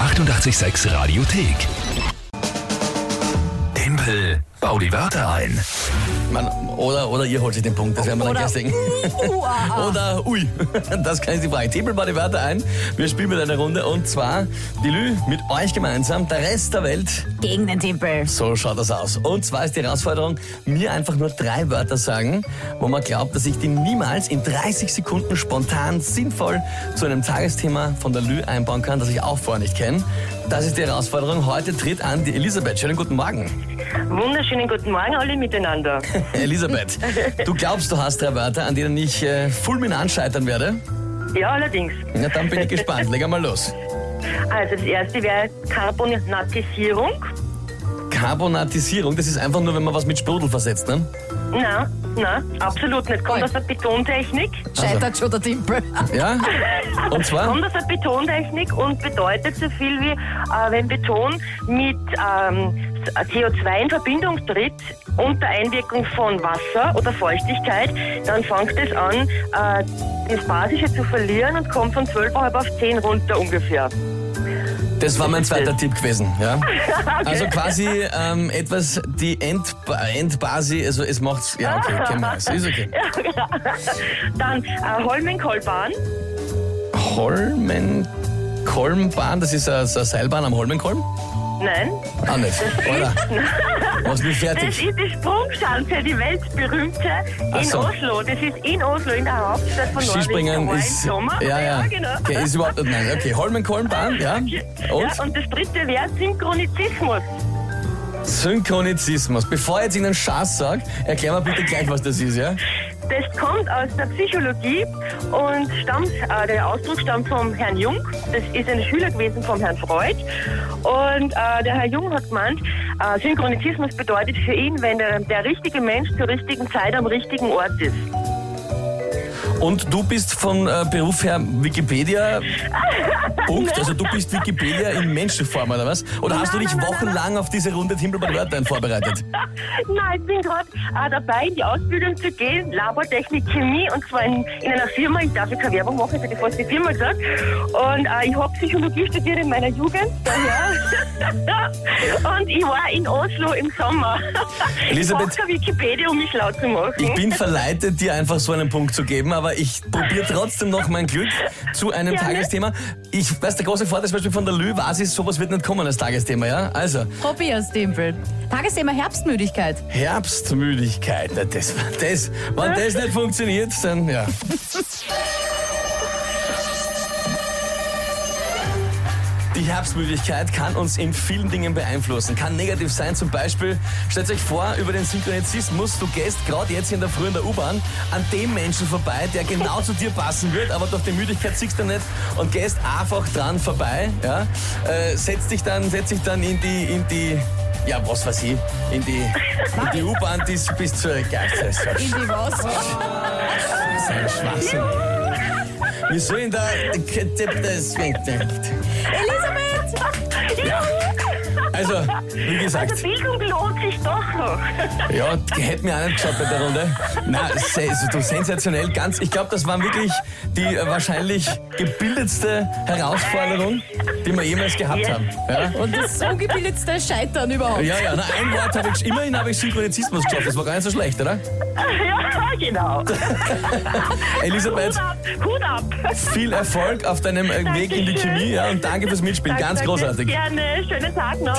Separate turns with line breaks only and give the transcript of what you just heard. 886 Radiothek. Tempel, bau die Wörter ein.
Man, oder, oder ihr holt sich den Punkt, das werden wir dann
Oder
gleich sehen.
uh, uh, ah, ah.
Oder ui, das kann ich die Frage. Tippel mal die Wörter ein. Wir spielen mit einer Runde und zwar die Lü mit euch gemeinsam, der Rest der Welt.
Gegen den Tempel.
So schaut das aus. Und zwar ist die Herausforderung, mir einfach nur drei Wörter sagen, wo man glaubt, dass ich die niemals in 30 Sekunden spontan sinnvoll zu einem Tagesthema von der Lü einbauen kann, das ich auch vorher nicht kenne. Das ist die Herausforderung. Heute tritt an die Elisabeth. Schönen guten Morgen.
Wunderschönen guten Morgen alle miteinander.
Elisabeth, du glaubst, du hast drei Wörter, an denen ich äh, fulminant scheitern werde?
Ja, allerdings.
Na, dann bin ich gespannt. Leg einmal los.
Also das erste wäre Carbonatisierung.
Carbonatisierung, das ist einfach nur, wenn man was mit Sprudel versetzt, ne?
Na, na, absolut nicht. Kommt
Oi.
aus der Betontechnik.
Scheitert schon der Tempel.
Ja? Und zwar?
Kommt aus der Betontechnik und bedeutet so viel wie, äh, wenn Beton mit ähm, CO2 in Verbindung tritt, unter Einwirkung von Wasser oder Feuchtigkeit, dann fängt es an, äh, das Basische zu verlieren und kommt von 12,5 auf 10 runter ungefähr.
Das war mein zweiter Tipp gewesen, ja? Also quasi ähm, etwas, die End Endbasi, also es macht's. Ja, okay, kennen wir es. Ist okay.
Dann äh, Holmenkollbahn.
Holmenkolmbahn, das ist eine, eine Seilbahn am Holmenkolm?
Nein,
Ah, nicht. Oder? Mach's nicht
Das
fertig.
ist die Sprungschanze, die weltberühmte
Ach
in
so.
Oslo. Das ist in Oslo, in der Hauptstadt von Norwegen.
Skispringen
da war
ist.
Im Sommer.
Ja, ja.
genau.
Okay, ist überhaupt nicht. Nein, okay. Holmenkolmbahn, ja? Und?
Ja, und das dritte wäre Synchronizismus.
Synchronizismus. Bevor ich jetzt Ihnen Schatz sage, erklär mal bitte gleich, was das ist, ja?
Das kommt aus der Psychologie und stammt, äh, der Ausdruck stammt vom Herrn Jung. Das ist ein Schüler gewesen vom Herrn Freud. Und äh, der Herr Jung hat gemeint, äh, Synchronizismus bedeutet für ihn, wenn der, der richtige Mensch zur richtigen Zeit am richtigen Ort ist.
Und du bist von äh, Beruf her Wikipedia. Punkt. Also du bist Wikipedia in Menschenform, oder was? Oder hast du dich
Nein, nein, nein,
wochenlang auf diese Runde Timbel bei Wörtern vorbereitet?
Nein, ich bin gerade äh, dabei, in die Ausbildung zu gehen, Labortechnik Chemie, und zwar in, in einer Firma. Ich darf ja keine Werbung machen, das hätte ich fast die Firma gesagt. Und äh, ich habe Psychologie studiert in meiner Jugend, daher. und ich war in Oslo im Sommer.
Elisabeth-
Ich brauche Wikipedia, um mich laut zu machen.
Ich bin verleitet, dir einfach so einen Punkt zu geben, aber ich probiere trotzdem noch mein Glück zu einem
Gerne.
Tagesthema. Ich weiß, der große Vorteil zum Beispiel von der Lü was ist, sowas wird nicht kommen als Tagesthema, ja? Also,
Probier's, Tempel. Tagesthema Herbstmüdigkeit.
Herbstmüdigkeit, na, das, das, wenn das nicht funktioniert, dann ja. Die Herbstmüdigkeit kann uns in vielen Dingen beeinflussen, kann negativ sein. Zum Beispiel, stellt euch vor, über den Synchronizismus, du gehst gerade jetzt in der Früh in der U-Bahn an dem Menschen vorbei, der genau zu dir passen wird, aber durch die Müdigkeit siehst du nicht und gehst einfach dran vorbei. Ja? Äh, setzt dich dann, setzt dich dann in die, in die, ja, was weiß ich, in die, in die U-Bahn, die ist bis zur Geistes.
In die was?
Sein Schwachsinn. Wir sollen da. Das
Elisabeth!
Ja. Also, wie gesagt,
Also Bildung lohnt sich doch noch.
ja, hätte mir auch nicht geschaut bei der Runde. Na, se- also, du sensationell, ganz. Ich glaube, das war wirklich die äh, wahrscheinlich gebildetste Herausforderung, die wir jemals gehabt
Yes.
haben. Ja?
Und das ungebildetste Scheitern überhaupt.
Ja, ja, na, ein Wort habe ich, immerhin habe ich Synchronizismus geschafft, das war gar nicht so schlecht, oder?
ja, genau.
Elisabeth,
Hut ab, Hut ab.
viel Erfolg auf deinem äh, Weg in die
Dankeschön.
Chemie ja, und danke fürs Mitspielen, ganz
Danke,
großartig.
Gerne, schönen Tag noch.